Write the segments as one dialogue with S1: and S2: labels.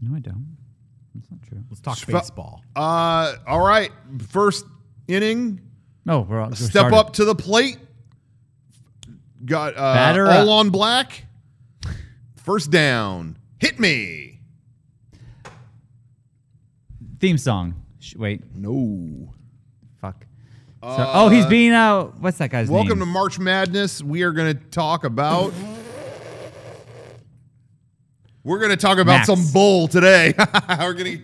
S1: No, I don't. That's not true.
S2: Let's talk
S3: Sp-
S2: baseball.
S3: Uh, all right. First inning,
S1: No, Oh, we're all, we're
S3: step
S1: started.
S3: up to the plate. Got uh,
S1: Batter
S3: all
S1: up.
S3: on black. First down. Hit me.
S1: Theme song. Sh- wait,
S3: No.
S1: fuck. So, oh, he's being out. What's that guy's
S3: Uh, Welcome to
S1: name?
S3: March Madness. We are going to talk about. We're going to talk about
S1: Max.
S3: some bull today. We're gonna,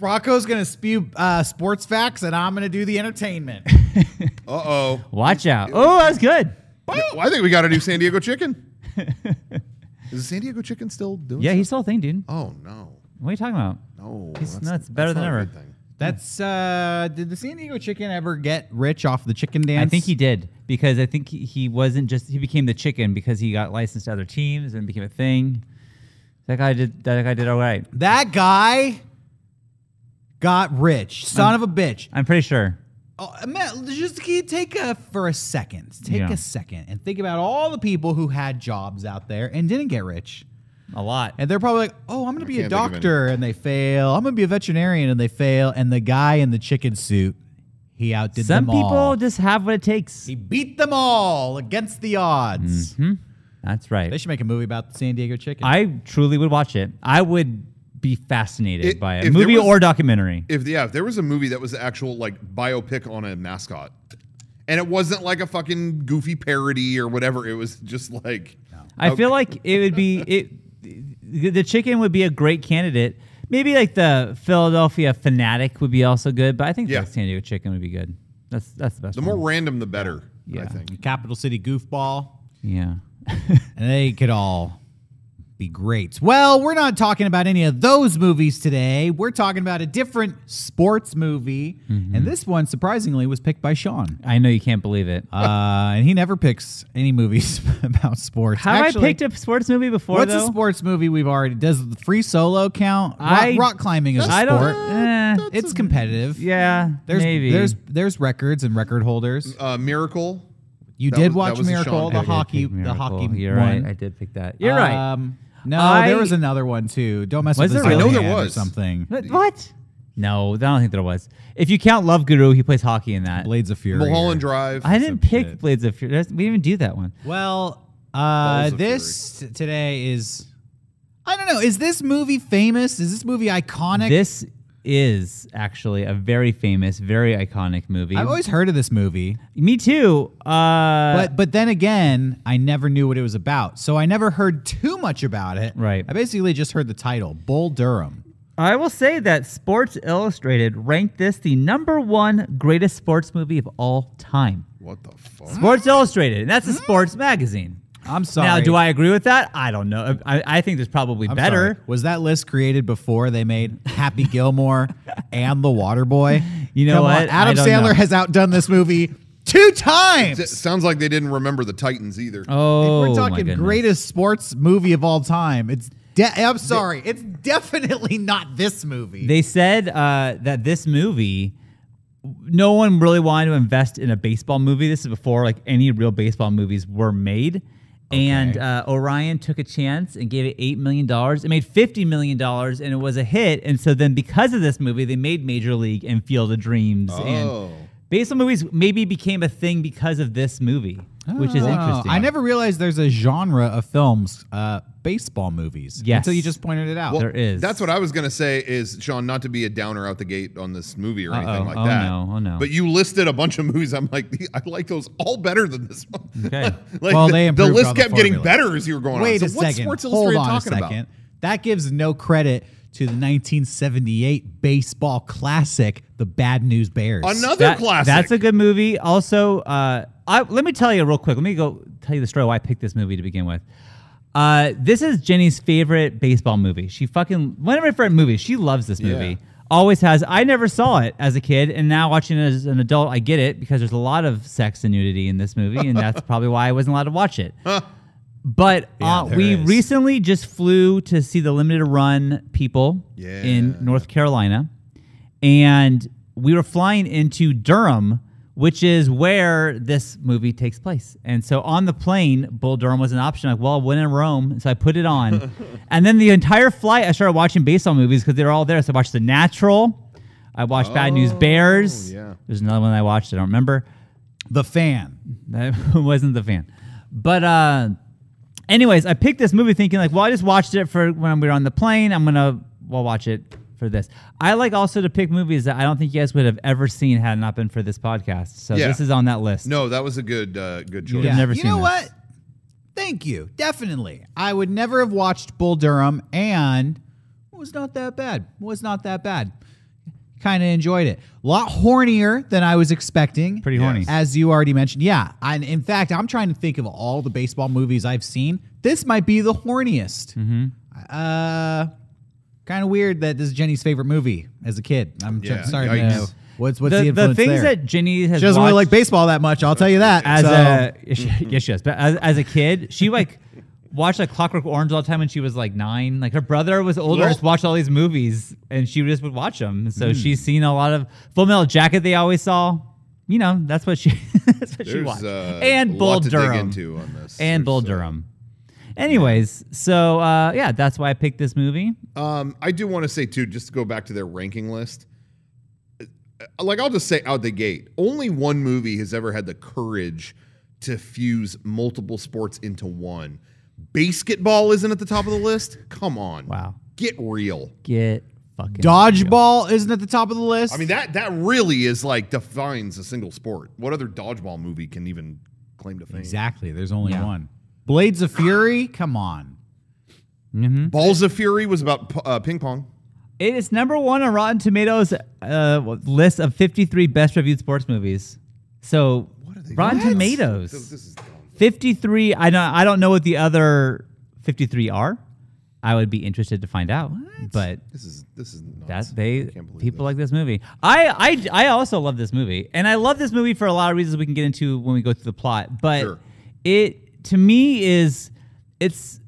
S2: Rocco's gonna spew uh, sports facts, and I'm gonna do the entertainment.
S3: uh oh.
S1: Watch out. Oh, that's good.
S3: I think we got to do San Diego Chicken. Is San Diego Chicken still doing?
S1: Yeah,
S3: stuff?
S1: he's still a thing, dude.
S3: Oh no,
S1: What are you talking about?
S3: no.
S1: He's nuts. Better than
S3: not a
S1: ever.
S3: good thing.
S2: That's uh, did the San Diego Chicken ever get rich off the chicken dance?
S1: I think he did because I think he, he wasn't just he became the chicken because he got licensed to other teams and became a thing. That guy did that guy did all right.
S2: That guy got rich. Son of a bitch.
S1: I'm pretty sure.
S2: Oh, man, just can you take a for a second. Take
S1: Yeah.
S2: a second and think about all the people who had jobs out there and didn't get rich.
S1: A lot.
S2: And they're probably like, "Oh, I'm going to be a
S3: can't think of
S2: doctor," and they fail. "I'm going to be a veterinarian," and they fail. And the guy in the chicken suit, he outdid
S1: Some
S2: them
S1: people
S2: all.
S1: just have what it takes.
S2: He beat them all against the odds.
S1: That's
S2: They
S1: right.
S2: should make a movie about the San Diego Chicken.
S1: I truly would watch it. I would be fascinated
S3: It-
S1: by a
S3: if there
S1: movie
S3: was-
S1: or documentary.
S3: If yeah, if there was a movie that was the actual like biopic on a mascot, and it wasn't like a fucking goofy parody or whatever, it was just like
S1: I feel like it would be it. the- The chicken would be a great candidate. Maybe like the Philadelphia fanatic would be also good, but I think
S3: Yeah.
S1: the San Diego chicken would be good. That's that's the best.
S3: the more
S1: one.
S3: random the better. I
S1: Yeah.
S3: think.
S2: Capital City Goofball.
S1: yeah.
S2: and they could all be great. Well, we're not talking about any of those movies today. We're talking about a different sports movie, and this one surprisingly was picked by Sean.
S1: I know you can't believe it.
S2: Uh, and he never picks any movies about sports.
S1: Have
S2: Actually,
S1: I picked a sports movie before
S2: What's
S1: though?
S2: a sports movie we've already? Does the free solo count? Rock,
S1: I-
S2: rock climbing is a
S1: I don't.
S2: sport.
S1: eh,
S2: it's competitive.
S1: yeah,
S2: There's
S1: maybe.
S2: there's there's records and record holders.
S3: Uh, Miracle.
S2: You
S3: that was-
S2: did
S3: that
S2: watch
S3: was a Sean
S2: Miracle,
S3: pick. I
S2: the
S3: did
S2: hockey,
S1: Pick
S2: the
S1: Miracle.
S2: hockey
S1: You're
S2: one.
S1: right. I did pick that. Uh, You're right.
S2: Um, no,
S1: I-
S2: there was another one too. Don't mess
S1: Was
S2: with
S1: there
S2: the
S1: really? I know
S3: there
S2: Zoltan or
S3: was.
S2: something.
S1: What- What? No, I don't think there was. If you count Love Guru, he plays hockey in that.
S2: Blades of Fury.
S3: Mulholland Drive.
S1: I didn't
S2: some
S1: pick
S2: shit.
S1: Blades of Fury. That's- We didn't even do that one.
S2: Well, uh,
S3: Balls of
S2: this t- today is. I don't know. Is this movie famous? Is this movie iconic?
S1: This is actually a very famous, very iconic movie.
S2: I've always heard of this movie,
S1: Me too. Uh,
S2: but but then again, I never knew what it was about, so I never heard too much about it.
S1: Right.
S2: I basically just heard the title, Bull Durham.
S1: I will say that Sports Illustrated ranked this the number one greatest sports movie of all time.
S3: What the fuck?
S1: Sports Illustrated, and that's a sports magazine.
S2: I'm sorry.
S1: Now, do I agree with that? I don't know. I, I think there's probably
S2: I'm
S1: better.
S2: sorry. Was that list created before they made Happy Gilmore and The Water Boy?
S1: You know
S2: Come on,
S1: what? I
S2: Adam
S1: don't
S2: Sandler
S1: know.
S2: has outdone this movie two
S3: S-
S2: times.
S3: sounds like they didn't remember the Titans either.
S1: Oh,
S2: if we're
S1: my
S2: talking
S1: goodness.
S2: greatest sports movie of all time, it's de- I'm sorry, it's definitely not this movie.
S1: They said uh, that this movie, no one really wanted to invest in a baseball movie. This is before like any real baseball movies were made. And uh, Orion took a chance and gave it eight million dollars. It made fifty million dollars, and it was a hit. And so then, because of this movie, they made Major League and Field of Dreams.
S3: Oh.
S1: And baseball movies maybe became a thing because of this movie, which is
S2: Wow.
S1: interesting.
S2: I never realized there's a genre of films, uh, baseball movies.
S1: Yes.
S2: Until you just pointed it out.
S1: there is.
S3: That's what I was gonna say. Is Sean not to be a downer out the gate on this movie or anything
S1: Uh-oh.
S3: like
S1: Oh,
S3: that?
S1: no. Oh, no.
S3: But you listed a bunch of movies. I'm like, I like those all better than this one.
S1: Okay.
S3: like
S2: Well,
S3: the,
S2: they
S3: the
S2: improved
S3: list
S2: on the
S3: kept getting
S2: formula.
S3: better as you were going
S2: Wait
S3: on.
S2: a
S3: So what's
S2: second.
S3: Sports
S2: Hold
S3: Illustrated
S2: on a
S3: talking about?
S2: second. That gives no credit to the 1978 baseball classic, The Bad News Bears.
S3: Another
S1: That-
S3: classic.
S1: That's a good movie. Also, uh, I, let me tell you real quick. Let me go tell you the story why I picked this movie to begin with. Uh, this is Jenny's favorite baseball movie. She fucking one of her favorite movies. She loves this movie.
S3: Yeah.
S1: Always has. I never saw it as a kid, and now watching it as an adult, I get it because there's a lot of sex and nudity in this movie, and that's probably why I wasn't allowed to watch it. But
S2: Yeah,
S1: uh,
S2: there
S1: we
S2: is.
S1: recently just flew to see the limited run people
S3: Yeah.
S1: in North Carolina, and we were flying into Durham, which is where this movie takes place. And so on the plane, Bull Durham was an option. Like, well, when in Rome, so I put it on. and then the entire flight, I started watching baseball movies because they were all there. So I watched The Natural. I watched Bad News Bears.
S3: yeah.
S1: There's another one I watched. I don't remember.
S2: The fan.
S1: That wasn't the fan. But uh, anyways, I picked this movie thinking like, well, I just watched it for when we were on the plane. I'm gonna well watch it for this. I like also to pick movies that I don't think you guys would have ever seen had it not been for this podcast. So
S3: Yeah.
S1: this is on that list.
S3: No, that was a good uh, good choice.
S1: Yeah. never
S2: you
S1: seen
S2: know
S1: this.
S2: what? Thank you. Definitely. I would never have watched Bull Durham and it was not that bad. Was not that bad. Kind of enjoyed it. A lot hornier than I was expecting.
S1: Pretty horny.
S2: As you already mentioned. Yeah. And in fact, I'm trying to think of all the baseball movies I've seen. This might be the horniest.
S1: Mm-hmm.
S2: Uh, kind of weird that this is Jenny's favorite movie as a kid. I'm
S3: Yeah,
S2: sorry to
S3: yikes.
S2: know. What's, what's the,
S1: the, the
S2: influence
S1: things
S2: there?
S1: that Jenny has
S2: She doesn't really
S1: watched
S2: like baseball that much. I'll tell you that.
S1: as a
S2: So-
S3: mm-hmm.
S1: yes, she does. But as, as a kid, she like watched like Clockwork Orange all the time when she was like nine. Like her brother was older,
S3: Well-
S1: just watched all these movies, and she just would watch them. So
S3: Mm.
S1: she's seen a lot of Full Metal Jacket. They always saw, you know, that's what she that's what she
S3: There's,
S1: watched.
S3: uh, a
S1: and
S3: lot
S1: Bull
S3: to dig
S1: Durham
S3: into on this.
S1: and
S3: There's,
S1: Bull
S3: uh,
S1: Durham. Anyways, so uh, yeah, that's why I picked this movie.
S3: Um, I do want to say too, just to go back to their ranking list. uh, Like I'll just say out the gate, only one movie has ever had the courage to fuse multiple sports into one. Basketball isn't at the top of the list. Come on,
S1: Wow,
S3: get real.
S1: get fucking
S2: Dodgeball isn't at the top of the list.
S3: I mean that that really is like defines a single sport. What other dodgeball movie can even claim to fame?
S2: exactly. There's only one. Blades of Fury. Come on.
S3: Balls of Fury was about p- uh, ping pong.
S1: It is number one on Rotten Tomatoes uh, list of 53 best reviewed sports movies. So Rotten Tomatoes,
S3: This is dumb.
S1: 53. I don't. I don't know what the other 53 are. I would be interested to find out. But
S3: This is this is nuts.
S1: that's they
S3: can't believe
S1: people
S3: this.
S1: like this movie. I, I I also love this movie, and I love this movie for a lot of reasons we can get into when we go through the plot. But
S3: Sure.
S1: it to me is it's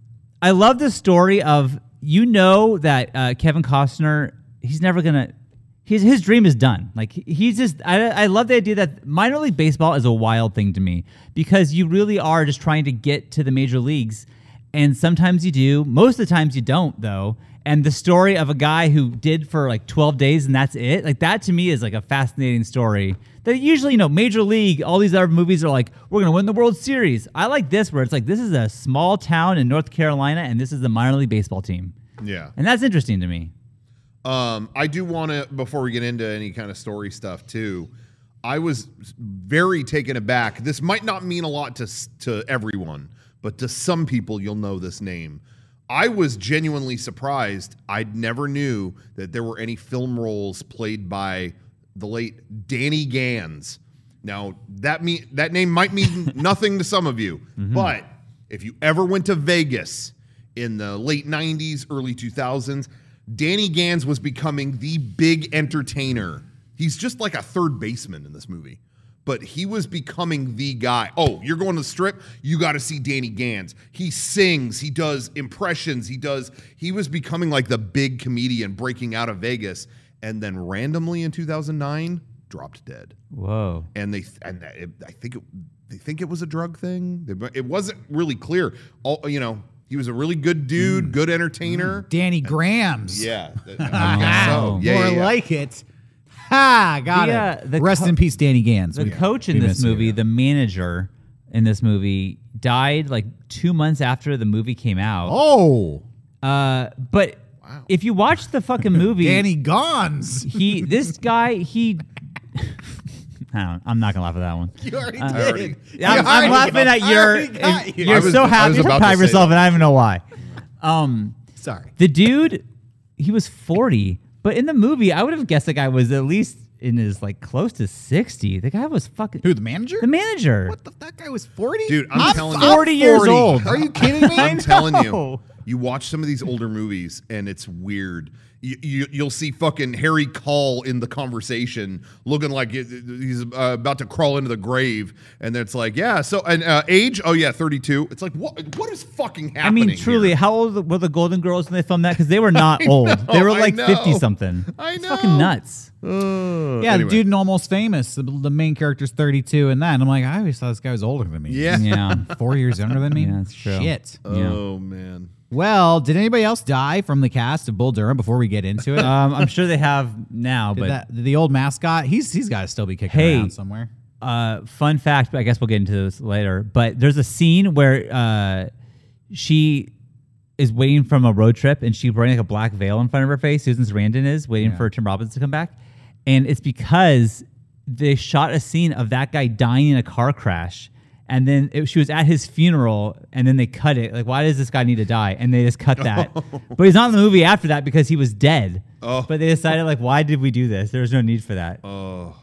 S1: I love the story of you know that uh, Kevin Costner he's never gonna. His, his dream is done. Like he- he's just, I, I love the idea that minor league baseball is a wild thing to me because you really are just trying to get to the major leagues and sometimes you do. Most of the times you don't, though. And the story of a guy who did for like 12 days and that's it, like that to me is like a fascinating story. That usually, you know, Major League, all these other movies are like, we're going to win the World Series. I like this where it's like, this is a small town in North Carolina and this is the minor league baseball team.
S3: yeah.
S1: And that's interesting to me.
S3: Um, I do want to before we get into any kind of story stuff too. I was very taken aback. This might not mean a lot to s- to everyone, but to some people, you'll know this name. I was genuinely surprised. I never knew that there were any film roles played by the late Danny Gans. Now that mean that name might mean nothing to some of you, but if you ever went to Vegas in the late '90s, early 2000s, Danny Gans was becoming the big entertainer. He's just like a third baseman in this movie, but he was becoming the guy. Oh, you're going to the strip? You got to see Danny Gans. He sings, he does impressions, he does. He was becoming like the big comedian breaking out of Vegas, and then randomly in 2009 dropped dead
S1: Whoa.
S3: and they and it, I think it, they think it was a drug thing. They- It wasn't really clear. All you know, he was a really good dude, good entertainer.
S2: Danny Grams.
S3: Yeah, that-
S1: Wow.
S3: I guess so. yeah,
S2: More
S3: yeah, yeah.
S2: like it. Ha! Got
S1: The,
S2: it.
S1: uh, the
S2: Rest
S1: co-
S2: in peace, Danny Gans.
S1: The
S2: We-
S1: coach in
S2: we
S1: this
S2: miss you.
S1: movie, the manager in this movie, died like two months after the movie came out.
S2: Oh,
S1: Uh, but
S3: Wow.
S1: if you watch the fucking movie,
S2: Danny Gans.
S1: he this guy he. I don't, I'm not gonna laugh at that one.
S2: You already
S3: I already-
S1: Yeah, I'm, I'm laughing at your. You're
S3: I was-
S1: so
S3: I was
S1: happy to
S3: about
S1: pie
S3: to say
S1: yourself,
S3: that.
S1: and I don't even know why. Um,
S2: Sorry.
S1: the dude, he was 40, but in the movie, I would have guessed the guy was at least in his like close to 60. The guy was fucking
S2: Who the manager?
S1: the manager.
S2: What the that guy was forty.
S3: Dude, I'm telling you.
S1: 40 years old.
S2: Are you kidding me?
S3: I'm telling you,
S1: know.
S3: You watch some of these older movies, and it's weird. You, you you'll see fucking Harry Call in the conversation, looking like he- he's uh, about to crawl into the grave, and it's like, yeah. So, and uh, age? Oh yeah, thirty two. It's like what? What is fucking
S1: I
S3: happening?
S1: mean, truly,
S3: here?
S1: how old were the Golden Girls when they filmed that? Because they were not old. they were
S3: I
S1: like
S3: know.
S1: fifty something.
S3: I
S1: It's fucking
S3: know.
S1: nuts.
S3: Uh,
S2: Yeah,
S3: anyway.
S2: the dude in Almost Famous, the, the main character's 32 and that. And I'm like, I always thought this guy was older than me.
S3: Yeah.
S1: Yeah.
S2: Four years younger than me?
S1: Yeah, that's true.
S2: Shit.
S3: Oh man.
S2: Well, did anybody else die from the cast of Bull Durham before we get into it?
S1: Um, I'm sure they have now,
S2: Did
S1: but
S2: that- the old mascot, he's he's got to still be kicking
S1: Hey.
S2: around somewhere.
S1: uh, fun fact, but I guess we'll get into this later. But there's a scene where uh, she is waiting from a road trip, and she's wearing like a black veil in front of her face. Susan Sarandon is waiting for Tim Robbins to come back, and it's because they shot a scene of that guy dying in a car crash, and then it, she was at his funeral, and then they cut it. Like, why does this guy need to die? And they just cut that. but he's not in the movie after that because he was dead.
S3: Oh.
S1: But they decided like, why did we do this? There was no need for that.
S3: Oh.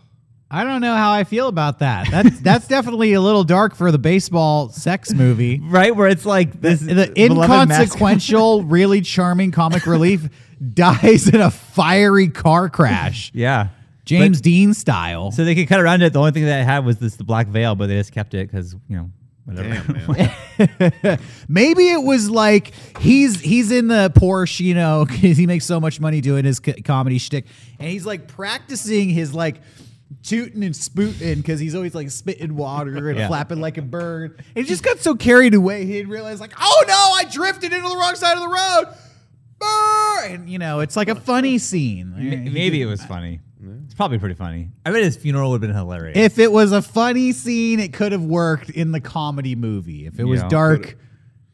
S2: I don't know how I feel about that. That's that's definitely a little dark for the baseball sex movie.
S1: Right where it's like this
S2: The
S1: beloved mascot-
S2: inconsequential, really charming comic relief dies in a fiery car crash,
S1: Yeah.
S2: James Dean style.
S1: So they could cut around it. The only thing that I had was this the black veil, but they just kept it because you know whatever.
S3: Damn, man.
S2: Maybe it was like he's he's in the Porsche, you know, because he makes so much money doing his co- comedy shtick, and he's like practicing his like tooting and spooting because he's always like spitting water and
S1: Yeah.
S2: flapping like a bird. And he just got so carried away, he didn't realize like, oh no, I drifted into the wrong side of the road. Brr! And you know, it's like a funny scene.
S1: M- Maybe it was funny. It's probably pretty funny. I bet his funeral would have been hilarious.
S2: If it was a funny scene, it could have worked in the comedy movie. If it was
S1: Yeah.
S2: dark,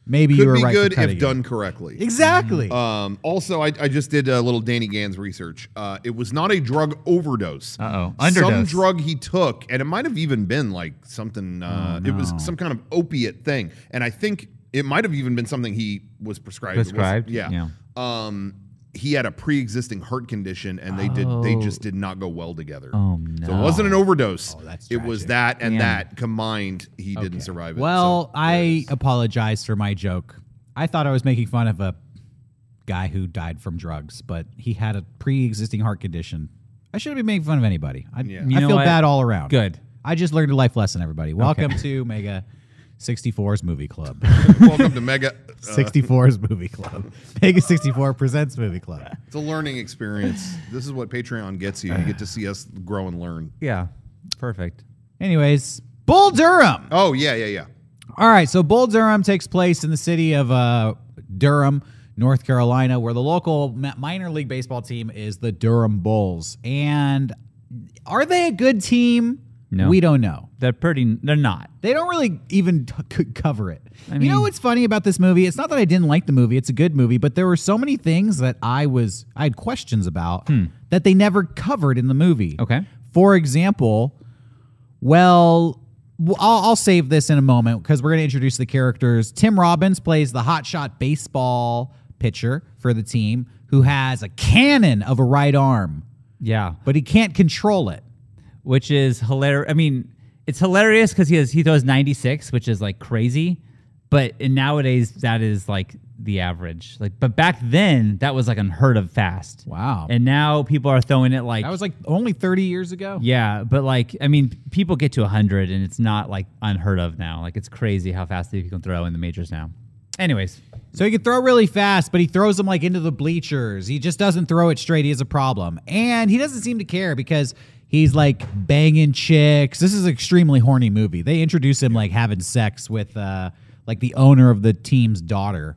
S2: maybe you
S3: Could
S2: were
S3: be
S2: right. for
S3: good
S2: cutting
S3: if
S2: it.
S3: done correctly.
S2: Exactly.
S1: Mm-hmm.
S3: Um, also, I, I just did a little Danny Gans research. Uh, it was not a drug overdose.
S4: Uh-oh.
S3: Some
S4: Underdose.
S3: drug he took, and it might have even been like something. Uh, It was some kind of opiate thing, and I think it might have even been something he was prescribed. It was-
S1: Prescribed?
S3: yeah.
S1: Yeah.
S3: Um, he had a pre-existing heart condition, and they did. They just did not go well together.
S1: Oh,
S3: So it wasn't an overdose.
S2: that's
S3: it was
S2: tragic.
S3: that and
S1: Damn.
S3: that combined. He didn't survive it.
S2: Well,
S3: So there it
S2: I
S3: is.
S2: apologize for my joke. I thought I was making fun of a guy who died from drugs, but he had a pre-existing heart condition. I shouldn't be making fun of anybody. I,
S3: Yeah.
S1: You
S2: I
S1: know
S2: feel
S1: what?
S2: bad all around.
S1: Good.
S2: I just learned a life lesson, everybody. Welcome to Mega 64's Movie Club.
S3: welcome to Mega. uh,
S2: 64's Movie Club. Mega 64 presents Movie Club.
S3: It's a learning experience. This is what Patreon gets you. You get to see us grow and learn.
S1: yeah, perfect.
S2: Anyways, Bull Durham.
S3: Oh yeah, yeah, yeah.
S2: All right, so Bull Durham takes place in the city of uh, Durham, North Carolina, where the local ma- minor league baseball team is the Durham Bulls. And are they a good team?
S1: No.
S2: We don't know.
S1: They're pretty. They're not.
S2: They don't really even t- c- cover it. you know
S1: mean-
S2: what's funny about this movie? It's not that I didn't like the movie. It's a good movie, but there were so many things that I was I had questions about that they never covered in the movie.
S1: Hmm. Okay.
S2: For example, well, w- I'll, I'll save this in a moment because we're going to introduce the characters. Tim Robbins plays the hotshot baseball pitcher for the team who has a cannon of a right arm,
S1: Yeah,
S2: but he can't control it.
S1: which is hilarious. I mean, it's hilarious because he has he throws 96, which is like crazy. But in nowadays, that is like the average. Like, but back then, that was like unheard of fast.
S2: Wow.
S1: And now people are throwing it like
S2: that was like only 30 years ago.
S1: Yeah, but like I mean, people get to 100 and it's not like unheard of now. Like it's crazy how fast you can throw in the majors now. Anyways,
S2: So he can throw really fast, but he throws them like into the bleachers. He just doesn't throw it straight. He has a problem. And he doesn't seem to care because he's like banging chicks. This is an extremely horny movie. They introduce him like having sex with uh like the owner of the team's daughter.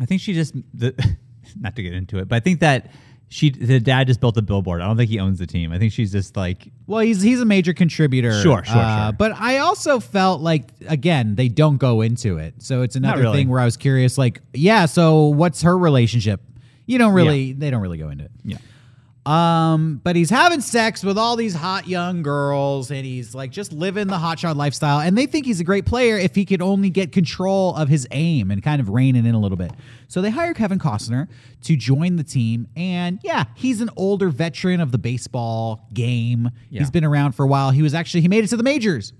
S1: I think she just the, not to get into it, but I think that she the dad just built a billboard. I don't think he owns the team. I think she's just like
S2: Well, he's he's a major contributor. Uh,
S1: Sure, sure, sure.
S2: But I also felt like again they don't go into it, so it's another
S1: really.
S2: thing where I was curious. Like, yeah, so what's her relationship? You don't really they don't really go into it.
S1: Yeah.
S2: Um, but he's having sex with all these hot young girls, and he's like just living the hotshot lifestyle. And they think he's a great player if he could only get control of his aim and kind of rein it in a little bit. So they hire Kevin Costner to join the team, and yeah, he's an older veteran of the baseball game.
S1: Yeah.
S2: He's been around for a while. He was actually he made it to the majors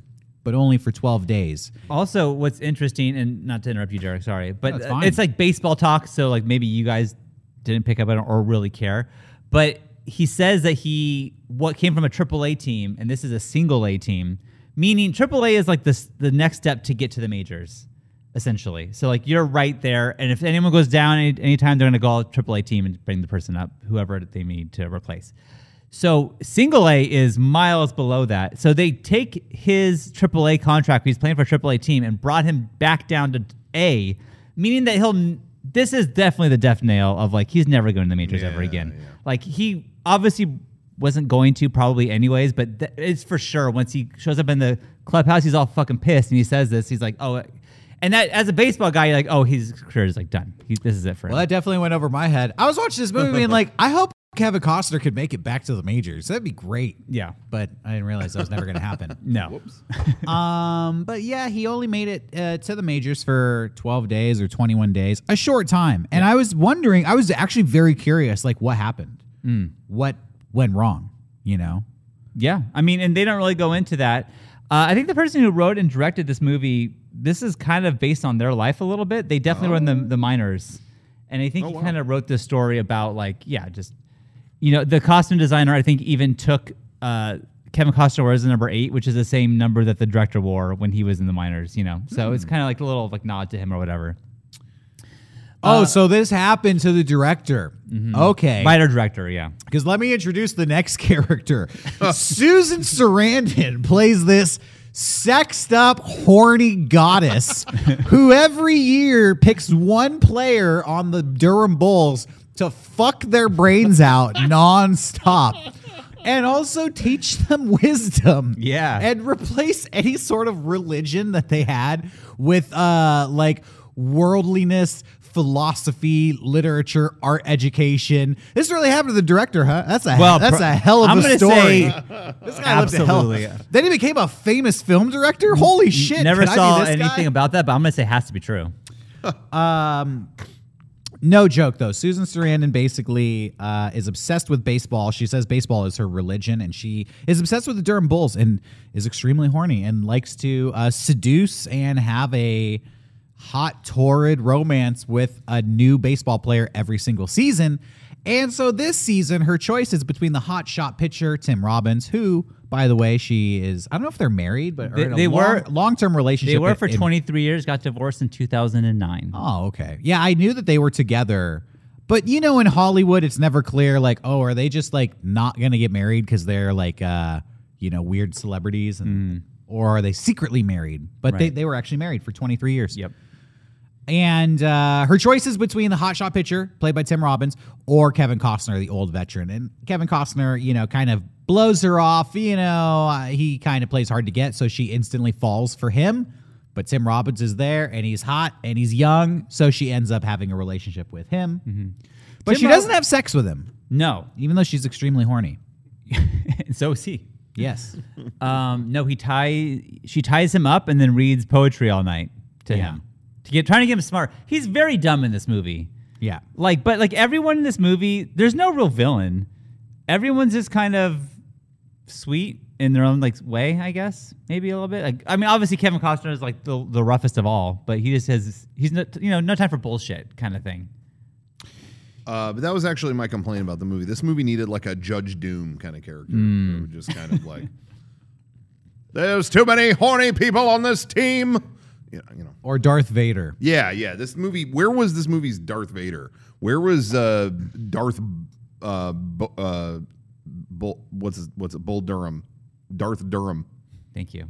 S2: but only for 12 days.
S1: Also, what's interesting, and not to interrupt you, Derek, sorry, but
S2: it's
S1: uh,
S2: fine.
S1: it's like baseball talk. So, like, maybe you guys didn't pick up on it or really care. But he says that he, what came from a AAA team, and this is a single A team, meaning AAA is like this, the next step to get to the majors, essentially. So, like, you're right there. And if anyone goes down any, anytime, they're going to call AAA team and bring the person up, whoever they need to replace. So single A is miles below that. So they take his AAA contract, he's playing for a AAA team, and brought him back down to A, meaning that he'll. This is definitely the death nail of like he's never going to the majors ever
S3: Yeah,
S1: again.
S3: yeah.
S1: Like he obviously wasn't going to probably anyways, but th- it's for sure once he shows up in the clubhouse, he's all fucking pissed and he says this. He's like, oh, and that as a baseball guy, you're like, oh, his career is like done. He, this is it for him.
S2: Well, that definitely went over my head. I was watching this movie and like, I hope Kevin Costner could make it back to the majors. That'd be great.
S1: Yeah.
S2: But I didn't realize that was never going to happen.
S1: No.
S2: um, but yeah, he only made it uh, to the majors for 12 days or 21 days, a short time. And I was wondering, I was actually very curious, like what happened, what went wrong, you know?
S1: Yeah, I mean, and they don't really go into that. Uh, I think the person who wrote and directed this movie, this is kind of based on their life a little bit. They definitely were in the, the minors, and I think
S3: Oh,
S1: he
S3: wow.
S1: kind of wrote this story about like, yeah, just you know, the costume designer. I think even took uh, Kevin Costner wears the number eight, which is the same number that the director wore when he was in the minors. You know, so it's kind of like a little like nod to him or whatever.
S2: Oh, so this happened to the director. Okay.
S1: Writer director, yeah.
S2: Because let me introduce the next character. Susan Sarandon plays this sexed up, horny goddess who every year picks one player on the Durham Bulls to fuck their brains out nonstop. And also teach them wisdom.
S1: Yeah.
S2: And replace any sort of religion that they had with uh like worldliness, philosophy, literature, art education. This really happened to the director, huh? That's a
S1: Well,
S2: that's
S1: pro-
S2: a hell of
S1: I'm
S2: a
S1: gonna
S2: story.
S1: say-
S2: this guy lived a hell.
S1: Absolutely.
S2: Then he became a famous film director. Holy shit!
S1: Never
S2: could I be
S1: saw
S2: this guy?
S1: anything about that, but I'm gonna say it has to be true.
S2: No joke though. Susan Sarandon basically uh, is obsessed with baseball. She says baseball is her religion, and she is obsessed with the Durham Bulls and is extremely horny and likes to uh, seduce and have a hot, torrid romance with a new baseball player every single season. And so this season, her choice is between the hot shot pitcher Tim Robbins, who, by the way, she is—I don't know if they're married, but
S1: They-
S2: they, in a
S1: they
S2: long,
S1: were-
S2: long-term relationship.
S1: They were
S2: in-
S1: for
S2: in
S1: 23 years, got divorced in 2009.
S2: Oh, okay. Yeah, I knew that they were together. But you know, in Hollywood, it's never clear like, oh, are they just like not gonna get married because they're like, uh, you know, weird celebrities, and or are they secretly married? But they,
S1: Mm. Right.
S2: they were actually married for 23 years.
S1: Yep.
S2: And uh, her choices between the hotshot pitcher played by Tim Robbins or Kevin Costner, the old veteran. And Kevin Costner, you know, kind of blows her off. You know, uh, he kind of plays hard to get, so she instantly falls for him. But Tim Robbins is there, and he's hot, and he's young, so she ends up having a relationship with him. But
S1: Mm-hmm. Tim
S2: she
S1: Rob-
S2: doesn't have sex with him,
S1: No,
S2: even though she's extremely horny.
S1: and so is he.
S2: Yes.
S1: Um, no, he tie she ties him up and then reads poetry all night to
S2: Yeah.
S1: him to get trying to get him smart. He's very dumb in this movie.
S2: yeah.
S1: Like, but like everyone in this movie, there's no real villain. Everyone's just kind of sweet in their own like way, I guess. Maybe a little bit. Like, I mean, obviously Kevin Costner is like the, the roughest of all, but he just has he's not you know no time for bullshit kind of thing.
S3: Uh, but that was actually my complaint about the movie. This movie needed like a Judge Doom kind of character, who just kind of like, "There's too many horny people on this team." Yeah, you know.
S2: Or Darth Vader.
S3: Yeah, yeah. This movie. Where was this movie's Darth Vader? Where was uh, Darth? Uh, Bo- uh, Bull, what's his, what's it? Bull Durham, Darth Durham.
S1: Thank you.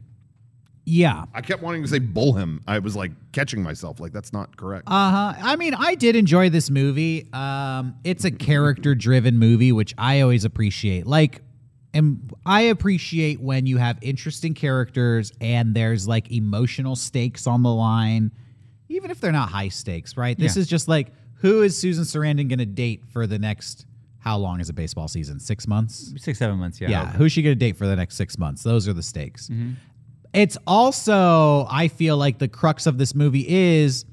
S2: Yeah.
S3: I kept wanting to say Bullham. I was like catching myself. Like that's not correct.
S2: Uh huh. I mean, I did enjoy this movie. Um, it's a character-driven movie, which I always appreciate. Like, and I appreciate when you have interesting characters and there's like emotional stakes on the line, even if they're not high stakes, right? This
S1: Yeah.
S2: is just like, who is Susan Sarandon going to date for the next? How long is a baseball season? Six months.
S1: Six seven months. Yeah.
S2: Yeah, who's she going to date for the next six months? Those are the stakes. It's also, I feel like the crux of this movie is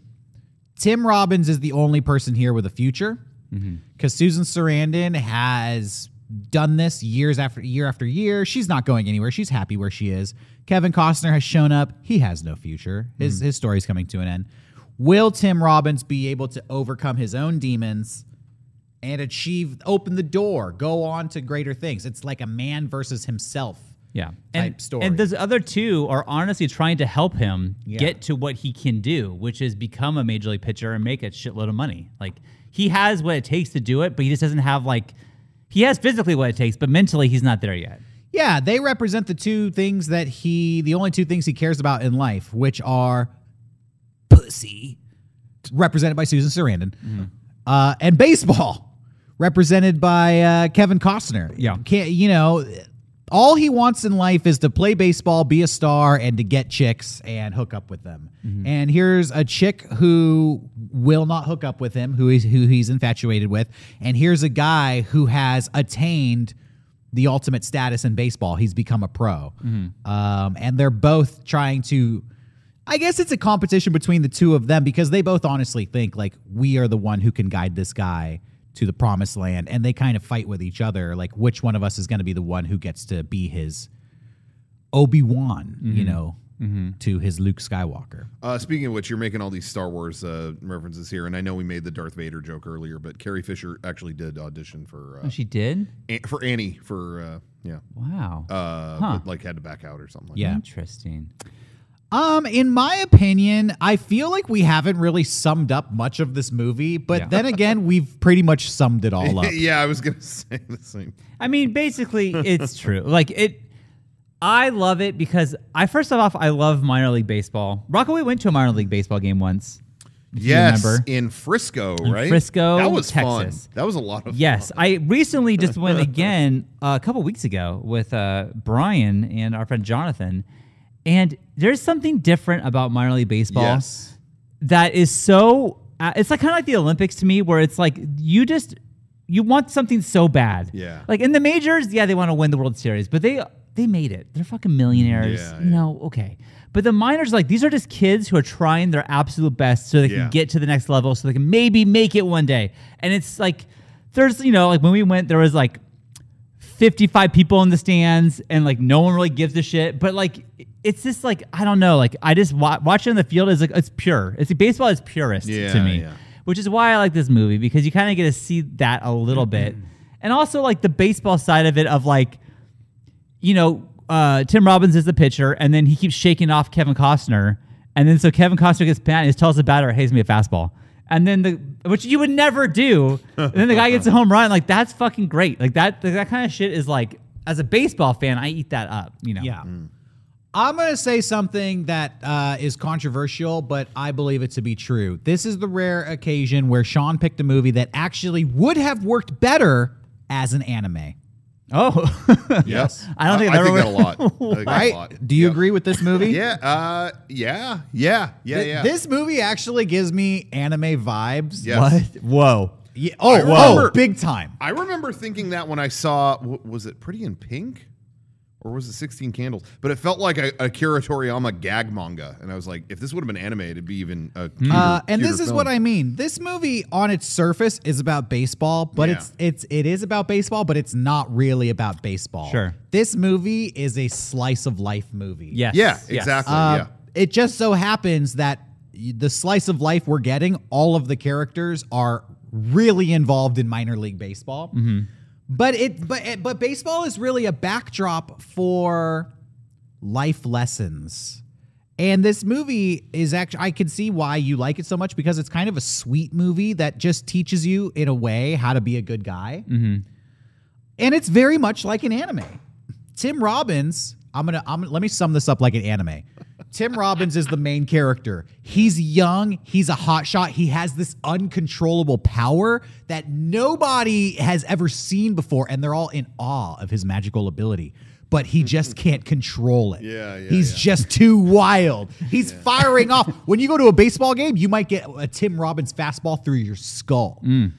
S2: Tim Robbins is the only person here with a future because Susan Sarandon has done this years after year after year. She's not going anywhere. She's happy where she is. Kevin Costner has shown up. He has no future. His his story's coming to an end. Will Tim Robbins be able to overcome his own demons and achieve open the door, go on to greater things? It's like a man versus himself.
S1: Yeah.
S2: type story.
S1: And those other two are honestly trying to help him
S2: Yeah.
S1: get to what he can do, which is become a major league pitcher and make a shitload of money. Like he has what it takes to do it, but he just doesn't have like he has physically what it takes, but mentally he's not there yet.
S2: Yeah, they represent the two things that he, the only two things he cares about in life, which are pussy, represented by Susan Sarandon, uh, and baseball, represented by uh, Kevin Costner.
S1: Yeah.
S2: Can't, you know, all he wants in life is to play baseball, be a star, and to get chicks and hook up with them. And here's a chick who will not hook up with him, who is who he's infatuated with, and here's a guy who has attained the ultimate status in baseball. He's become a pro, um, and they're both trying to. I guess it's a competition between the two of them because they both honestly think like we are the one who can guide this guy to the promised land, and they kind of fight with each other like which one of us is going to be the one who gets to be his Obi Wan, you know, to his Luke Skywalker.
S3: Uh, speaking of which, you're making all these Star Wars uh, references here, and I know we made the Darth Vader joke earlier, but Carrie Fisher actually did audition for uh,
S1: And she did?
S3: An- for Annie for uh, yeah,
S1: Wow.
S3: uh,
S1: Huh.
S3: but, like had to back out or something. Like
S2: Yeah.
S1: Interesting.
S2: Um, in my opinion, I feel like we haven't really summed up much of this movie, but
S1: Yeah.
S2: then again, we've pretty much summed it all up.
S3: that. yeah, I was gonna say the same.
S1: I mean, basically, it's true. Like it, I love it because I first off, I love minor league baseball. Rockaway went to a minor league baseball game once. if you
S3: Yes,
S1: remember.
S3: in Frisco, right?
S1: Frisco,
S3: that was
S1: Texas.
S3: fun. That was a lot of
S1: Yes, I recently just went again uh, a couple weeks ago with uh, Brian and our friend Jonathan, and there's something different about minor league baseball
S3: Fun. Yes,
S1: that is so. Uh, it's like kind of like the Olympics to me, where it's like you just you want something so bad.
S3: Yeah.
S1: Like in the majors, yeah, they want to win the World Series, but they they made it. They're fucking millionaires.
S3: Yeah,
S1: you
S3: yeah.
S1: know, okay. But the minors, like these are just kids who are trying their absolute best so they
S3: Yeah.
S1: can get to the next level, so they can maybe make it one day. And it's like there's you know like when we went, there was like 55 people in the stands and like no one really gives a shit but like it's just like i don't know like i just wa- watching on the field is like it's pure it's baseball is purest to
S3: Yeah,
S1: me
S3: yeah.
S1: which is why i like this movie because you kind of get to see that a little
S3: Mm-hmm.
S1: bit and also like the baseball side of it of like you know, uh, Tim Robbins is the pitcher, and then he keeps shaking off Kevin Costner, and then so Kevin Costner gets mad and he tells the batter, "Hey, it's me a fastball," and then the which you would never do. and then the guy gets a home run. Like that's fucking great. Like that that kind of shit is like as a baseball fan, I eat that up. You know.
S2: Yeah. I'm going to say something that uh, is controversial, but I believe it to be true. This is the rare occasion where Sean picked a movie that actually would have worked better as an anime.
S1: Oh.
S3: yes.
S1: I don't think
S3: I,
S1: I've
S3: think that
S1: ever-
S3: a lot. I think that a
S2: Right?
S3: lot.
S2: Do you
S3: Yep.
S2: agree with this movie?
S3: Yeah, uh, yeah, yeah, yeah,
S2: Th-
S3: yeah.
S2: This movie actually gives me anime vibes.
S3: Yes.
S1: What? Whoa.
S2: Yeah. Oh,
S3: I
S2: whoa,
S3: remember-
S2: big time.
S3: I remember thinking that when I saw wh- was it Pretty in Pink, or was it Sixteen Candles? But it felt like a, a Akira Toriyama gag manga, and I was like, if this would have been animated, it'd be even a. Cuter,
S2: Uh, and this
S3: cuter
S2: is
S3: film.
S2: what I mean. This movie, on its surface, is about baseball, but
S3: Yeah.
S2: it's it's it is about baseball, but it's not really about baseball.
S1: Sure.
S2: This movie is a slice of life movie.
S1: Yes.
S3: Yeah,
S1: Yes.
S3: exactly.
S2: Uh,
S3: yeah.
S2: It just so happens that y- the slice of life we're getting, all of the characters are really involved in minor league baseball. But it, but it, but baseball is really a backdrop for life lessons. And this movie is actually, I can see why you like it so much because it's kind of a sweet movie that just teaches you, in a way, how to be a good guy. And it's very much like an anime. Tim Robbins, I'm gonna, I'm gonna- let me sum this up like an anime. Tim Robbins is the main character. He's young, he's a hotshot, he has this uncontrollable power that nobody has ever seen before, and they're all in awe of his magical ability. But he just can't control it.
S3: Yeah, yeah,
S2: He's
S3: yeah.
S2: just too wild. He's firing off. When you go to a baseball game, you might get a Tim Robbins fastball through your skull.
S3: Mm.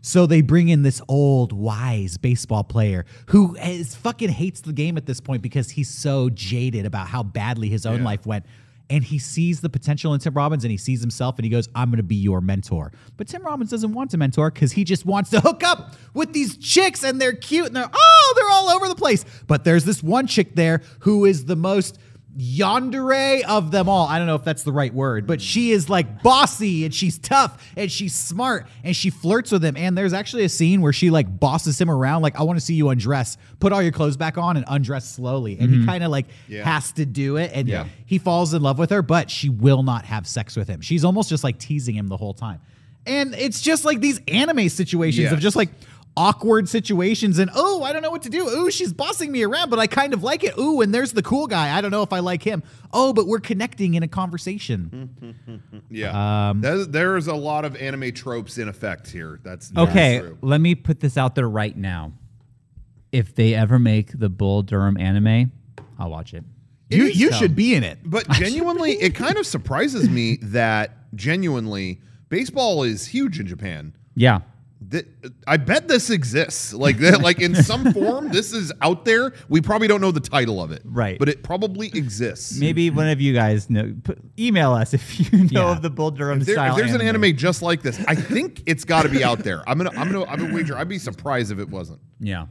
S2: So they bring in this old wise baseball player who is fucking hates the game at this point because he's so jaded about how badly his own life went. and he sees the potential in Tim Robbins and he sees himself and he goes, I'm going to be your mentor. But Tim Robbins doesn't want to mentor because he just wants to hook up with these chicks and they're cute and they're, oh, they're all over the place. But there's this one chick there who is the most yandere of them all. I don't know if that's the right word, but she is like bossy and she's tough and she's smart and she flirts with him. And there's actually a scene where she like bosses him around, like, I want to see you undress, put all your clothes back on and undress slowly. And he kind of like
S3: Yeah.
S2: has to do it. And
S3: Yeah.
S2: he falls in love with her, but she will not have sex with him. She's almost just like teasing him the whole time. And it's just like these anime situations
S3: Yes.
S2: of just like awkward situations and oh, I don't know what to do. Ooh, she's bossing me around, but I kind of like it. Ooh, and there's the cool guy. I don't know if I like him. Oh, but we're connecting in a conversation.
S3: Yeah. Um, there's a lot of anime tropes in effect here. That's very
S1: Uh, Okay,
S3: true.
S1: let me put this out there right now. If they ever make the Bull Durham anime, I'll watch it.
S2: you
S3: is
S2: you
S3: dumb.
S2: should be in it.
S3: But genuinely, it kind of surprises me that genuinely baseball is huge in Japan.
S1: Yeah.
S3: That I bet this exists, like that, like in some form. This is out there. We probably don't know the title of it,
S1: Right.
S3: But it probably exists.
S1: Maybe one of you guys know. Put, email us if you know
S2: Yeah.
S1: of the Bull Durham
S3: There-
S1: style.
S3: if there's an anime just like this, I think it's got to be out there. I'm gonna, I'm gonna, I'm gonna wager. I'd be surprised if it wasn't.
S1: Yeah.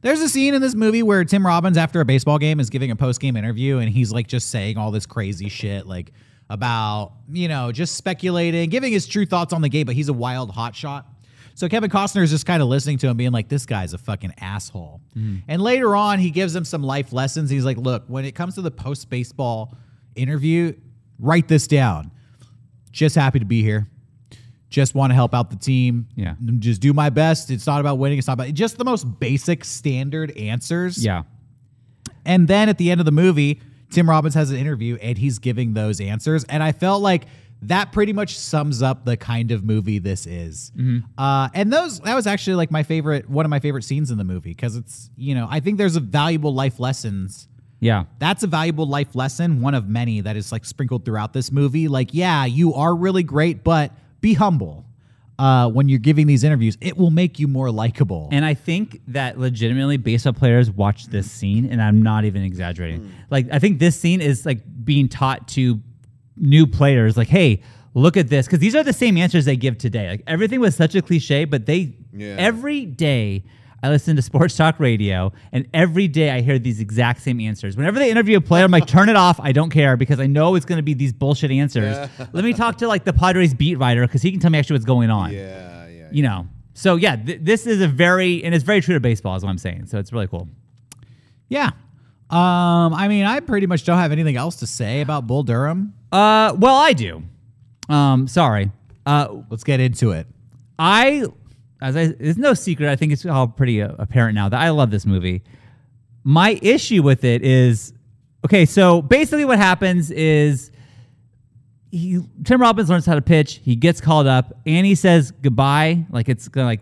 S2: There's a scene in this movie where Tim Robbins, after a baseball game, is giving a post game interview and he's like just saying all this crazy shit, like about, you know, just speculating, giving his true thoughts on the game, but he's a wild hotshot. So Kevin Costner is just kind of listening to him, being like, this guy's a fucking asshole. And later on, he gives him some life lessons. He's like, look, when it comes to the post baseball interview, write this down. Just happy to be here. Just want to help out the team.
S1: Yeah.
S2: Just do my best. It's not about winning. It's not about just the most basic standard answers.
S1: Yeah.
S2: And then at the end of the movie, Tim Robbins has an interview and he's giving those answers. And I felt like that pretty much sums up the kind of movie this is. Uh, and those that was actually like my favorite, one of my favorite scenes in the movie because it's you know I think there's a valuable life lessons
S1: Yeah.
S2: that's a valuable life lesson, one of many that is like sprinkled throughout this movie. Like, yeah, you are really great, but be humble uh, when you're giving these interviews. It will make you more likable.
S1: And I think that legitimately baseball players watch this scene, and I'm not even exaggerating.
S3: Hmm.
S1: Like, I think this scene is like being taught to new players, like, hey, look at this. Because these are the same answers they give today. Like, everything was such a cliche, but they,
S3: Yeah.
S1: every day, I listen to sports talk radio, and every day I hear these exact same answers. Whenever they interview a player, I'm like, turn it off. I don't care because I know it's going to be these bullshit answers. Let me talk to like the Padres beat writer because he can tell me actually what's going on
S3: Yeah, yeah.
S1: you know. So yeah, th- this is a very and it's very true to baseball is what I'm saying. So it's really cool.
S2: yeah. Um, I mean, I pretty much don't have anything else to say about Bull Durham.
S1: Uh, well, I do. Um, sorry. Uh,
S2: Let's get into it.
S1: I as I it's no secret. I think it's all pretty uh, apparent now that I love this movie. My issue with it is okay. So basically, what happens is he Tim Robbins learns how to pitch. He gets called up. Annie says goodbye. Like it's gonna like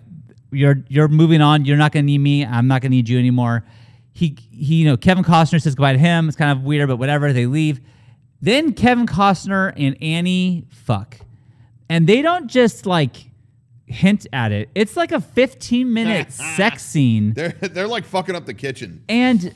S1: you're you're moving on. You're not gonna need me. I'm not gonna need you anymore. He he you know Kevin Costner says goodbye to him. It's kind of weird, but whatever. They leave. Then Kevin Costner and Annie fuck, and they don't just like hint at it. It's like a 15 minute sex scene,
S3: They're they're like fucking up the kitchen.
S1: and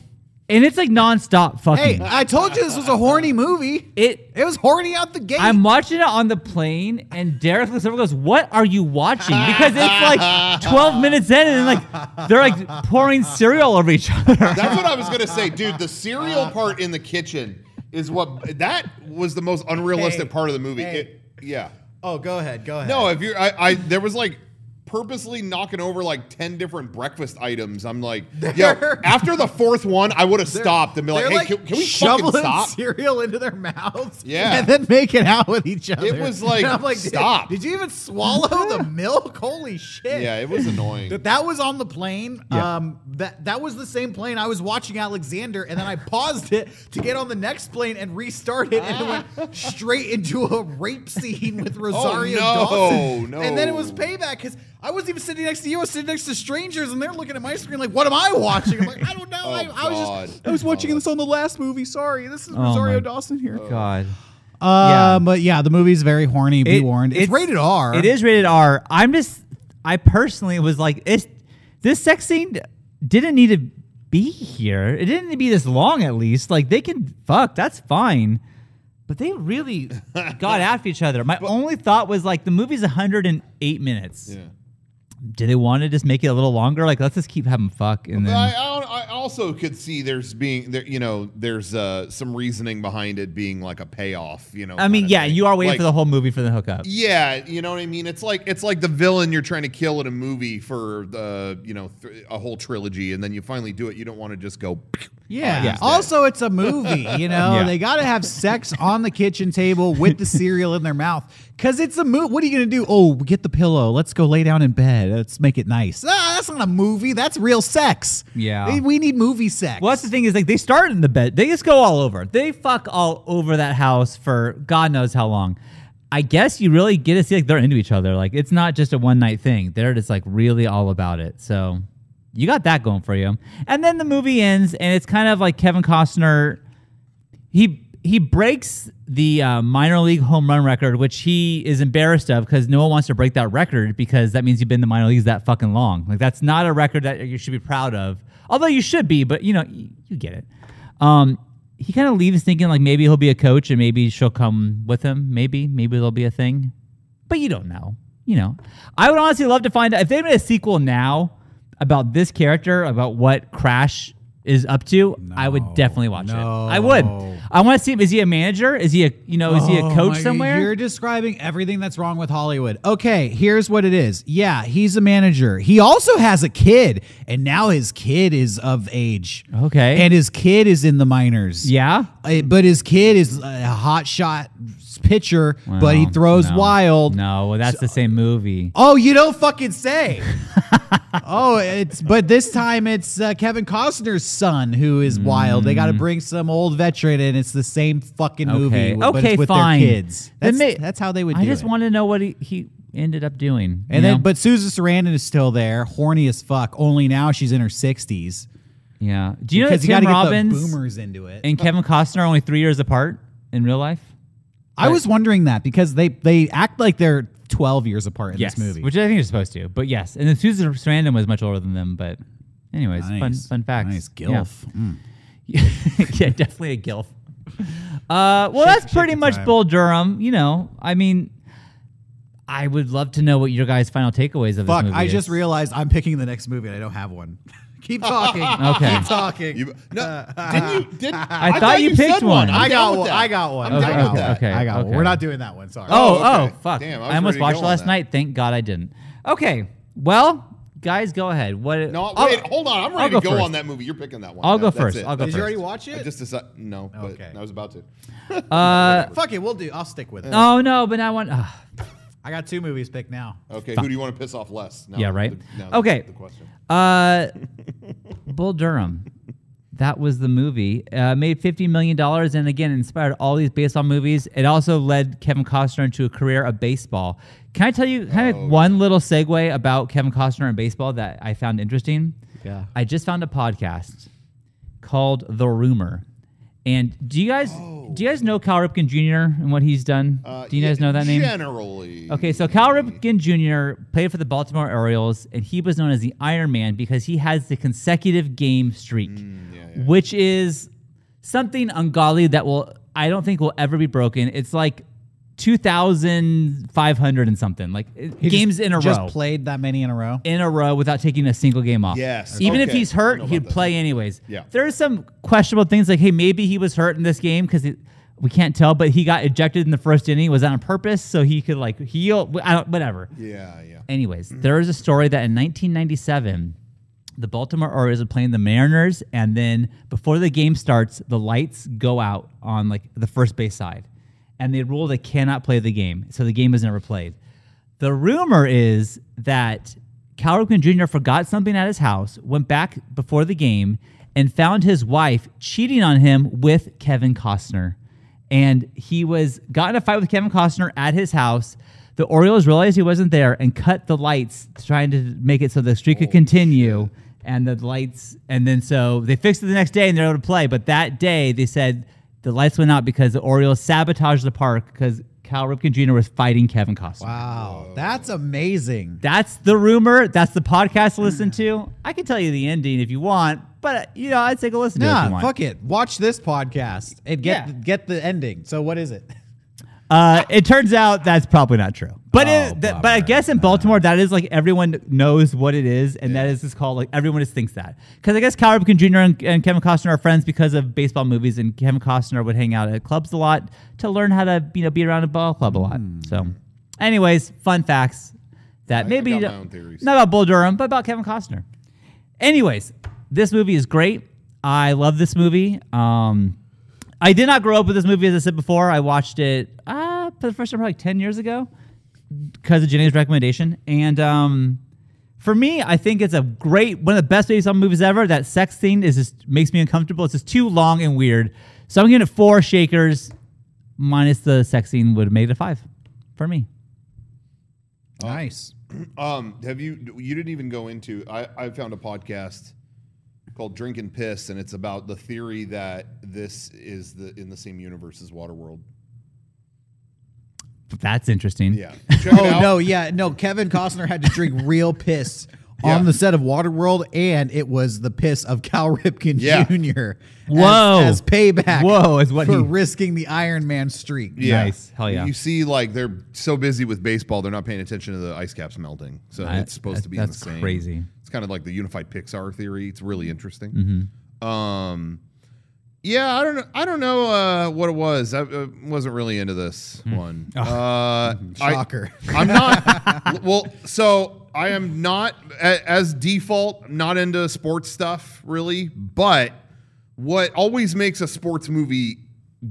S1: and it's like nonstop
S2: Hey,
S1: fucking.
S2: I told you this was a horny movie.
S1: it
S2: It was horny out the gate.
S1: I'm watching it on the plane, and Derek looks over and goes, What are you watching? Because it's like 12 minutes in, and like they're like pouring cereal over each other.
S3: That's what I was gonna say, dude. The cereal part in the kitchen is what that was the most unrealistic
S2: Hey,
S3: part of the movie.
S2: hey.
S3: It- yeah.
S2: oh, go ahead. Go ahead.
S3: No, if you're, I, I, there was like purposely knocking over like ten different breakfast items. I'm like, yo,
S2: They're-
S3: after the fourth one, I would have stopped and been like,
S2: They're
S3: hey, can, can we fucking
S2: shoveling
S3: stop?
S2: cereal into their mouths?
S3: Yeah.
S2: and then making out with each other.
S3: was like,
S2: And "Dude,
S3: stop."
S2: Did, you even swallow the milk? Holy shit!
S3: yeah, it was annoying.
S2: That that was on the plane.
S1: Yeah.
S2: Um, that that was the same plane I was watching Alexander, and then I paused it to get on the next plane and restart it, and it went straight into a rape scene
S1: Oh,
S2: with Rosario
S3: no,
S2: Dawson.
S3: no.
S2: And then it was payback because I wasn't even sitting next to you. I was sitting next to strangers, and they're looking at my screen like, "What am I watching?" I'm like, "I don't know.
S3: Oh,
S2: I, I was just
S3: God.
S2: I was watching this on the last movie. Sorry, this is
S1: Oh,
S2: Rosario
S1: my-
S2: Dawson here."
S1: God.
S2: Uh,
S1: Yeah.
S2: but yeah, the movie's very horny. Be
S1: It-
S2: warned. It's, rated R.
S1: It is rated R. I'm just, I personally was like, it's, this sex scene didn't need to be here. It didn't need to be this long, at least. Like, they can fuck. That's fine. But they really got after each other. My only thought was like the movie's 108 minutes.
S3: Yeah.
S1: Do they want to just make it a little longer? Like let's just keep having fuck and then
S3: I, I I also could see there's being there you know there's uh, some reasoning behind it being like a payoff you know
S1: I mean,
S3: kinda
S1: yeah,
S3: thing.
S1: you are waiting
S3: Like,
S1: for the whole movie for the hookup.
S3: yeah you know what I mean it's like it's like the villain you're trying to kill in a movie for the you know th- a whole trilogy and then you finally do it you don't want to just go
S2: Yeah.
S1: Yeah.
S2: Also, it's a movie. You know,
S1: Yeah.
S2: they got to have sex on the kitchen table with the cereal in their mouth because it's a movie. What are you gonna do? Oh, get the pillow. Let's go lay down in bed. Let's make it nice. Ah, that's not a movie. That's real sex.
S1: Yeah.
S2: We- we need movie sex.
S1: Well, that's the thing is like they start in the bed. They just go all over. They fuck all over that house for God knows how long. I guess you really get to see like they're into each other. Like it's not just a one night thing. They're just like really all about it. So you got that going for you. And then the movie ends, and it's kind of like Kevin Costner. He he breaks the uh, minor league home run record, which he is embarrassed of because no one wants to break that record because that means you've been in the minor leagues that fucking long. Like that's not a record that you should be proud of. Although you should be, but you know y- you get it. Um, he kind of leaves thinking like maybe he'll be a coach and maybe she'll come with him. Maybe maybe there'll be a thing, but you don't know. You know, I would honestly love to find out if they made a sequel now about this character, about what Crash is up to. I would definitely watch
S2: no.
S1: it. I would. I want to see him. Is he a manager? Is he a you know? Is he a
S2: Oh
S1: coach
S2: my-
S1: somewhere?
S2: You're describing everything that's wrong with Hollywood. Okay, here's what it is. Yeah, he's a manager. He also has a kid, and now his kid is of age.
S1: Okay.
S2: And his kid is in the minors.
S1: yeah.
S2: Uh, but his kid is a hot shot pitcher, but he
S1: Well,
S2: throws
S1: no.
S2: wild.
S1: No, well, that's the same movie.
S2: Oh, you don't fucking say. oh, it's but this time it's uh, Kevin Costner's son who is wild. They got to bring some old veteran in. It's the same fucking movie.
S1: Mm. Okay.
S2: w- but
S1: Okay,
S2: it's with
S1: fine.
S2: their kids.
S1: Then
S2: That's,
S1: may-
S2: that's how they would.
S1: I
S2: do
S1: just
S2: it.
S1: want to know what he, he ended up doing. you
S2: And then,
S1: know?
S2: but Susan Sarandon is still there, horny as fuck. Only now she's in her sixties
S1: yeah. Do you know that
S2: because you got
S1: Tim
S2: to get the
S1: Robbins
S2: boomers into it.
S1: and Kevin Costner are only three years apart in real life?
S2: I was wondering that because they they act like they're twelve years apart in
S1: Yes,
S2: this movie.
S1: which I think you're supposed to. But yes, and then Susan Sarandon was much older than them. But anyways, fun
S2: Nice.
S1: fun facts.
S2: Nice
S1: Yeah.
S2: gilf. Mm.
S1: yeah, definitely a gilf. Uh, well, that's pretty much
S2: time.
S1: Bull Durham. You know, I mean, I would love to know what your guys' final takeaways of
S2: Fuck!
S1: this movie
S2: I just
S1: is.
S2: realized I'm picking the next movie and I don't have one. Keep talking.
S1: Okay.
S2: Keep talking.
S3: you, no didn't you didn't
S1: I thought you
S3: said
S1: picked one.
S3: I'm down
S2: I got
S3: with
S2: one.
S3: that.
S2: I got one.
S3: I'm
S2: I
S3: down
S2: got
S3: with
S2: one.
S3: that.
S1: Okay,
S2: I got one.
S1: okay.
S2: We're not doing that one. Sorry.
S1: Oh,
S3: Oh,
S1: oh,
S3: okay.
S1: fuck!
S3: Damn, I was
S1: I, almost
S3: ready to go
S1: watched
S3: on
S1: last
S3: that.
S1: night. Thank God I didn't. Okay, well, guys, go ahead. What?
S3: no
S1: oh,
S3: wait hold on I'm
S1: I'll
S3: ready
S1: go
S3: to go
S1: first.
S3: on that movie you're picking that one
S1: I'll go
S3: No, that's
S1: first.
S3: it.
S1: I'll go
S2: Did
S1: first.
S2: you already watch it?
S3: I just decided no but
S2: Okay.
S3: I was about to
S1: Uh,
S2: Fuck it. We'll do. I'll stick with it.
S1: oh no, but I want. Uh,
S2: I got two movies picked now.
S3: okay who do you want to piss off less now
S1: Yeah,
S3: the-
S1: right.
S3: now the-
S1: Okay.
S3: the question
S1: Uh, Bull Durham. That was the movie. Uh, made fifty million dollars, and again inspired all these baseball movies. It also led Kevin Costner into a career of baseball. Can I tell you kind
S3: Oh,
S1: of one little segue about Kevin Costner and baseball that I found interesting?
S2: Yeah.
S1: I just found a podcast called The Rumor. And do you guys do you guys know Cal Ripken Jr. and what he's done?
S3: Oh. Uh,
S1: do you
S3: yeah,
S1: guys know that name?
S3: Generally.
S1: Okay, so Cal Ripken Jr. played for the Baltimore Orioles, and he was known as the Iron Man because he has the consecutive game streak,
S2: Mm,
S1: which is something ungodly that will I don't think will ever be broken. It's like two thousand five hundred and something, like it-
S2: He
S1: games
S2: just,
S1: in a
S2: just
S1: row,
S2: played that many in a row.
S1: in a row without taking a single game off.
S3: Yes,
S1: even if
S3: okay.
S1: he's
S3: I
S1: hurt,
S3: know about
S1: he'd
S3: that.
S1: play anyways.
S3: Yeah.
S1: there are some questionable things like hey, maybe he was hurt in this game because we can't tell, but he got ejected in the first inning. Was that on purpose so he could like heal? I don't, whatever.
S3: Yeah, yeah.
S1: Anyways, there is a story that in 1997, the Baltimore Orioles are playing the Mariners, and then before the game starts, the lights go out on like the first base side, and they rule they cannot play the game, so the game is never played. The rumor is that Cal Ripken Jr. forgot something at his house, went back before the game, and found his wife cheating on him with Kevin Costner and he was got in a fight with Kevin Costner at his house. The Orioles realized he wasn't there and cut the lights, trying to make it so the streak could continue. And the lights, and then so they fixed it the next day and they're able to play. But that day they said the lights went out because the Orioles sabotaged the park because Cal Ripken Jr. was fighting Kevin Costner.
S2: Wow, that's amazing.
S1: That's the rumor. That's the podcast to listen to. I can tell you the ending if you want, but you know, I'd take a listen to it if you
S2: Nah,
S1: want.
S2: fuck it. Watch this podcast and get
S1: Yeah.
S2: get the ending. So what is it?
S1: Uh, it turns out that's probably not true. But
S2: Oh,
S1: it, th- but I
S2: bummer.
S1: guess in Baltimore, that is like everyone knows what it is, and that is just called like everyone just thinks that. Because I guess Kyle Ripken Jr. And, and Kevin Costner are friends because of baseball movies, and Kevin Costner would hang out at clubs a lot to learn how to you know be around a ball club a lot. So, anyways, fun facts that
S3: I
S1: maybe
S3: got
S1: you
S3: my
S1: don't-
S3: own theories.
S1: not about Bull Durham, but about Kevin Costner. Anyways, this movie is great. I love this movie. Um, I did not grow up with this movie, as I said before. I watched it uh, for the first time probably like 10 years ago because of Jenny's recommendation. And um, for me, I think it's a great, one of the best based on movies ever. That sex scene is just makes me uncomfortable. It's just too long and weird. So I'm giving it four shakers minus the sex scene would have made it a five for me.
S2: Nice.
S3: Um, have you? You didn't even go into. I, I found a podcast called Drink and Piss, and it's about the theory that this is the in the same universe as Waterworld.
S1: That's interesting.
S3: Yeah. Check it
S2: Oh
S3: out.
S2: no, yeah, no. Kevin Costner had to drink real piss
S3: Yeah.
S2: on the set of Waterworld, and it was the piss of Cal Ripken
S3: Yeah.
S2: Jr. as-
S1: Whoa.
S2: as, payback.
S1: Whoa, is what
S2: for
S1: he-
S2: risking the Iron Man streak.
S3: Yeah.
S1: Nice. Hell yeah.
S3: You see, like they're so busy with baseball, they're not paying attention to the ice caps melting. So
S1: I-
S3: it's supposed to be
S1: that's
S3: insane.
S1: crazy.
S3: It's kind of like the unified Pixar theory. It's really interesting.
S1: Mm-hmm.
S3: Um, yeah, I don't know. I don't know uh, what it was. I uh, wasn't really into this
S1: Hmm.
S3: one.
S1: Ah,
S3: Uh, I-
S2: Shocker.
S3: I'm not. well, so I am not a- as default not into sports stuff really, but what always makes a sports movie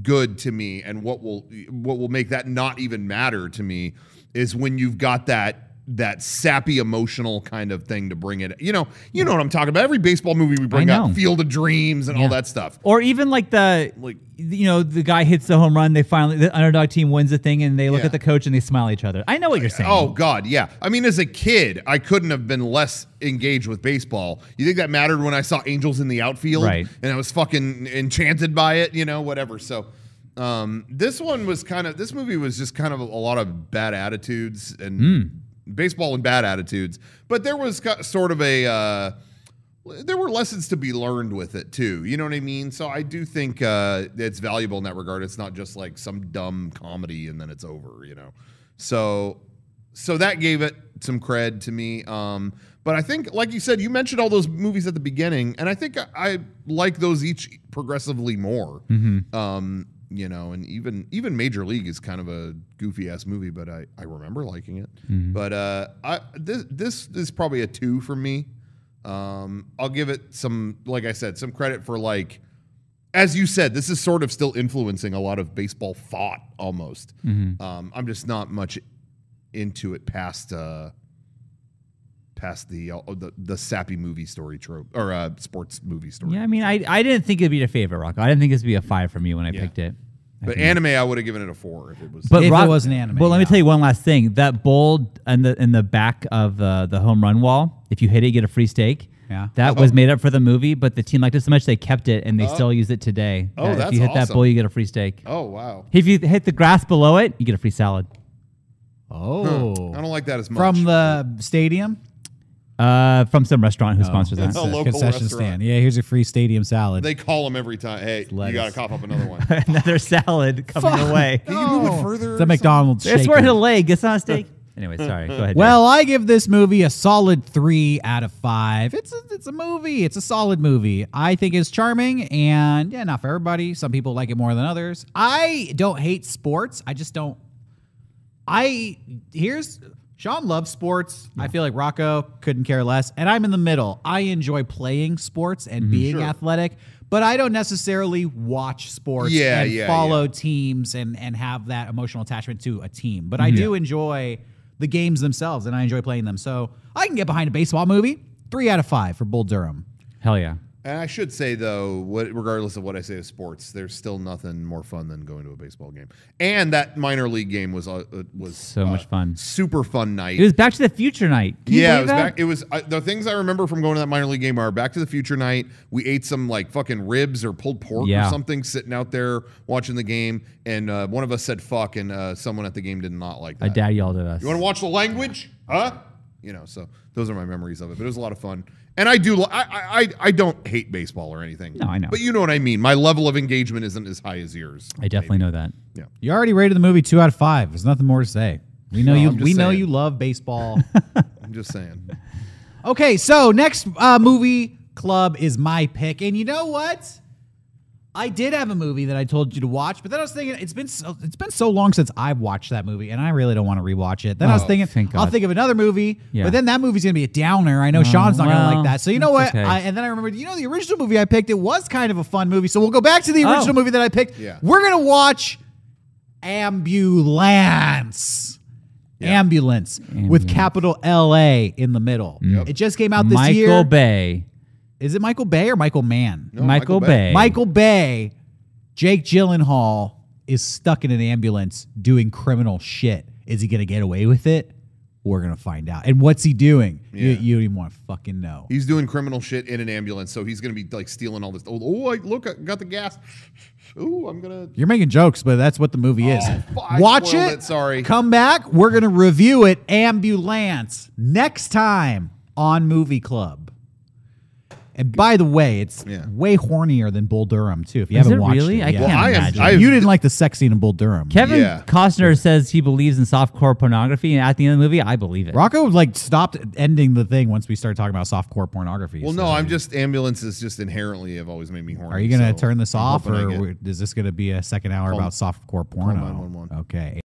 S3: good to me and what will what will make that not even matter to me is when you've got that that sappy emotional kind of thing to bring it. You know, you know what I'm talking about. Every baseball movie we bring
S1: know.
S3: up, Field of Dreams and all
S1: Yeah.
S3: that stuff.
S1: Or even like the
S3: Like-
S1: you know the guy hits the home run. They finally the underdog team wins the thing, and they look
S3: Yeah.
S1: at the coach and they smile at each other. I know what you're saying.
S3: Oh God, yeah. I mean, as a kid, I couldn't have been less engaged with baseball. You think that mattered when I saw Angels in the outfield,
S1: Right.
S3: And I was fucking enchanted by it, you know, whatever. So, um, this one was kind of this movie was just kind of a lot of bad attitudes and baseball and bad attitudes. But there was got- sort of a uh, there were lessons to be learned with it too. You know what I mean? So I do think uh, it's valuable in that regard. It's not just like some dumb comedy and then it's over. You know, so so that gave it some cred to me. Um, but I think, like you said, you mentioned all those movies at the beginning, and I think I, I like those each progressively more. Um, you know, and even even Major League is kind of a goofy ass movie, but I, I remember liking it.
S1: Mm-hmm.
S3: But uh, I this this is probably a two for me. Um, I'll give it some, like I said, some credit for like, as you said, this is sort of still influencing a lot of baseball thought almost.
S1: Mm-hmm.
S3: Um, I'm just not much into it past uh, past the, uh, the the sappy movie story trope or uh, sports movie story.
S1: yeah. I mean, I I didn't think it'd be a favorite, Rock. I didn't think it'd be a five for me when I
S3: Yeah.
S1: picked it.
S3: But anime, I would have given it a four if it was.
S1: But
S2: If it
S1: Rock,
S2: was an anime,
S1: Well, let me
S2: yeah.
S1: tell you one last thing. That bowl in the in the back of the the home run wall. If you hit it, you get a free steak.
S2: Yeah.
S3: Oh.
S1: That was made up for the movie, but the team liked it so much they kept it and they still use it today.
S3: Oh,
S1: That if
S3: that's
S1: you hit that
S3: awesome.
S1: bowl, you get a free steak.
S3: oh wow,
S1: If you hit the grass below it, you get a free salad.
S2: Oh,
S3: I don't like that as much.
S2: from the stadium.
S1: Uh, from some restaurant who sponsors that.
S2: That's
S3: A
S2: a
S3: local
S2: concession
S3: restaurant.
S2: stand. Yeah, here's your free stadium salad.
S3: they call them every time. Hey, you
S2: lettuce.
S3: got to cough up another one.
S1: another salad coming
S2: Fuck.
S1: away.
S3: Can you move
S2: Oh,
S3: it further?
S2: It's a
S3: or something?
S2: McDonald's.
S1: It's
S2: shaker.
S1: worth a leg. It's not a steak. anyway, sorry. Go ahead.
S2: Well, I give this movie a solid three out of five. It's a, it's a movie. It's a solid movie. I think it's charming, and yeah, not for everybody. Some people like it more than others. I don't hate sports. I just don't. I here's Sean loves sports. I feel like Rocco couldn't care less, and I'm in the middle. I enjoy playing sports
S3: Mm-hmm.
S2: and being athletic, but I don't necessarily watch sports
S3: Yeah,
S2: and
S3: yeah, yeah.
S2: follow teams and and have that emotional attachment to a team. But I
S3: Mm-hmm.
S2: do enjoy the games themselves, and I enjoy playing them. So I can get behind a baseball movie. Three out of five for Bull Durham.
S1: Hell yeah.
S3: And I should say though, what, regardless of what I say of sports, there's still nothing more fun than going to a baseball game. And that minor league game was uh, uh, was
S1: So
S3: uh,
S1: much fun.
S3: super fun night.
S1: It was Back to the Future night. Can you
S3: yeah, it
S1: believe
S3: was
S1: that?
S3: back. It was I, the things I remember from going to that minor league game are Back to the Future night. We ate some like fucking ribs or pulled pork
S1: Yeah.
S3: or something, sitting out there watching the game. And uh, one of us said "fuck," and uh, someone at the game did not like
S1: My
S3: that.
S1: dad yelled at us.
S3: You want to watch the language, huh? You know. So those are my memories of it. But it was a lot of fun. And I do. li- I I I- I don't hate baseball or anything.
S1: No, I know.
S3: But you know what I mean. My level of engagement isn't as high as yours.
S1: I definitely know that.
S2: You already rated the movie two out of five. There's nothing more to say. We know
S3: No,
S2: you.
S3: I'm just
S2: We know
S3: saying.
S2: you love baseball.
S3: I'm just saying.
S2: okay, so next uh, movie club is my pick, and you know what? I did have a movie that I told you to watch, but then I was thinking it's been so, it's been so long since I've watched that movie, and I really don't want to rewatch it. Then I was
S1: Oh,
S2: thinking
S1: thank
S2: I'll
S1: God.
S2: think of another movie,
S1: Yeah. Oh,
S2: but then that movie's gonna be a downer. I know Sean's not gonna
S1: well,
S2: like that. So you know what?
S1: that's okay.
S2: I, and then I remembered, you know, the original movie I picked it was kind of a fun movie. So we'll go back to the
S1: Oh.
S2: original movie that I picked.
S3: Yeah.
S2: We're gonna watch ambulance. Ambulance, with capital L A in the middle. It just came out this
S1: Michael
S2: year.
S1: Bay.
S2: Is it Michael Bay or Michael Mann?
S3: No,
S1: Michael
S3: Oh, Michael
S1: Bay.
S3: Bay.
S2: Michael Bay, Jake Gyllenhaal is stuck in an ambulance doing criminal shit. Is he gonna get away with it? We're gonna find out. And what's he doing? You,
S3: Yeah.
S2: you don't even want to fucking know.
S3: He's doing criminal shit in an ambulance, so he's gonna be like stealing all this. Oh, oh I, look, I got the gas. Ooh, I'm gonna.
S2: You're making jokes, but that's what the movie is.
S3: Oh, fuck, I
S2: Watch
S3: spoiled
S2: it,
S3: it, sorry.
S2: Come back. We're gonna review it. Ambulance next time on Movie Club. And by the way, it's
S3: Yeah.
S2: way hornier than Bull Durham too. If you
S1: Is
S2: haven't
S1: it
S2: watched
S1: really?
S2: it,
S1: I
S2: yeah.
S1: can't
S3: Well, I am-
S1: imagine.
S3: I-
S2: you didn't like the sex scene in Bull Durham.
S1: Kevin
S3: Yeah.
S1: Costner says he believes in softcore pornography, and at the end of the movie, I believe it.
S2: Rocco like stopped ending the thing once we started talking about softcore pornography.
S3: Well,
S2: so-
S3: no, I'm just ambulances. Just inherently have always made me horny.
S2: Are you gonna
S3: so
S2: turn this
S3: I'm
S2: off,
S3: hoping I
S2: or
S3: get-
S2: w- is this gonna be a second hour about softcore porno?
S3: 911.
S2: Okay,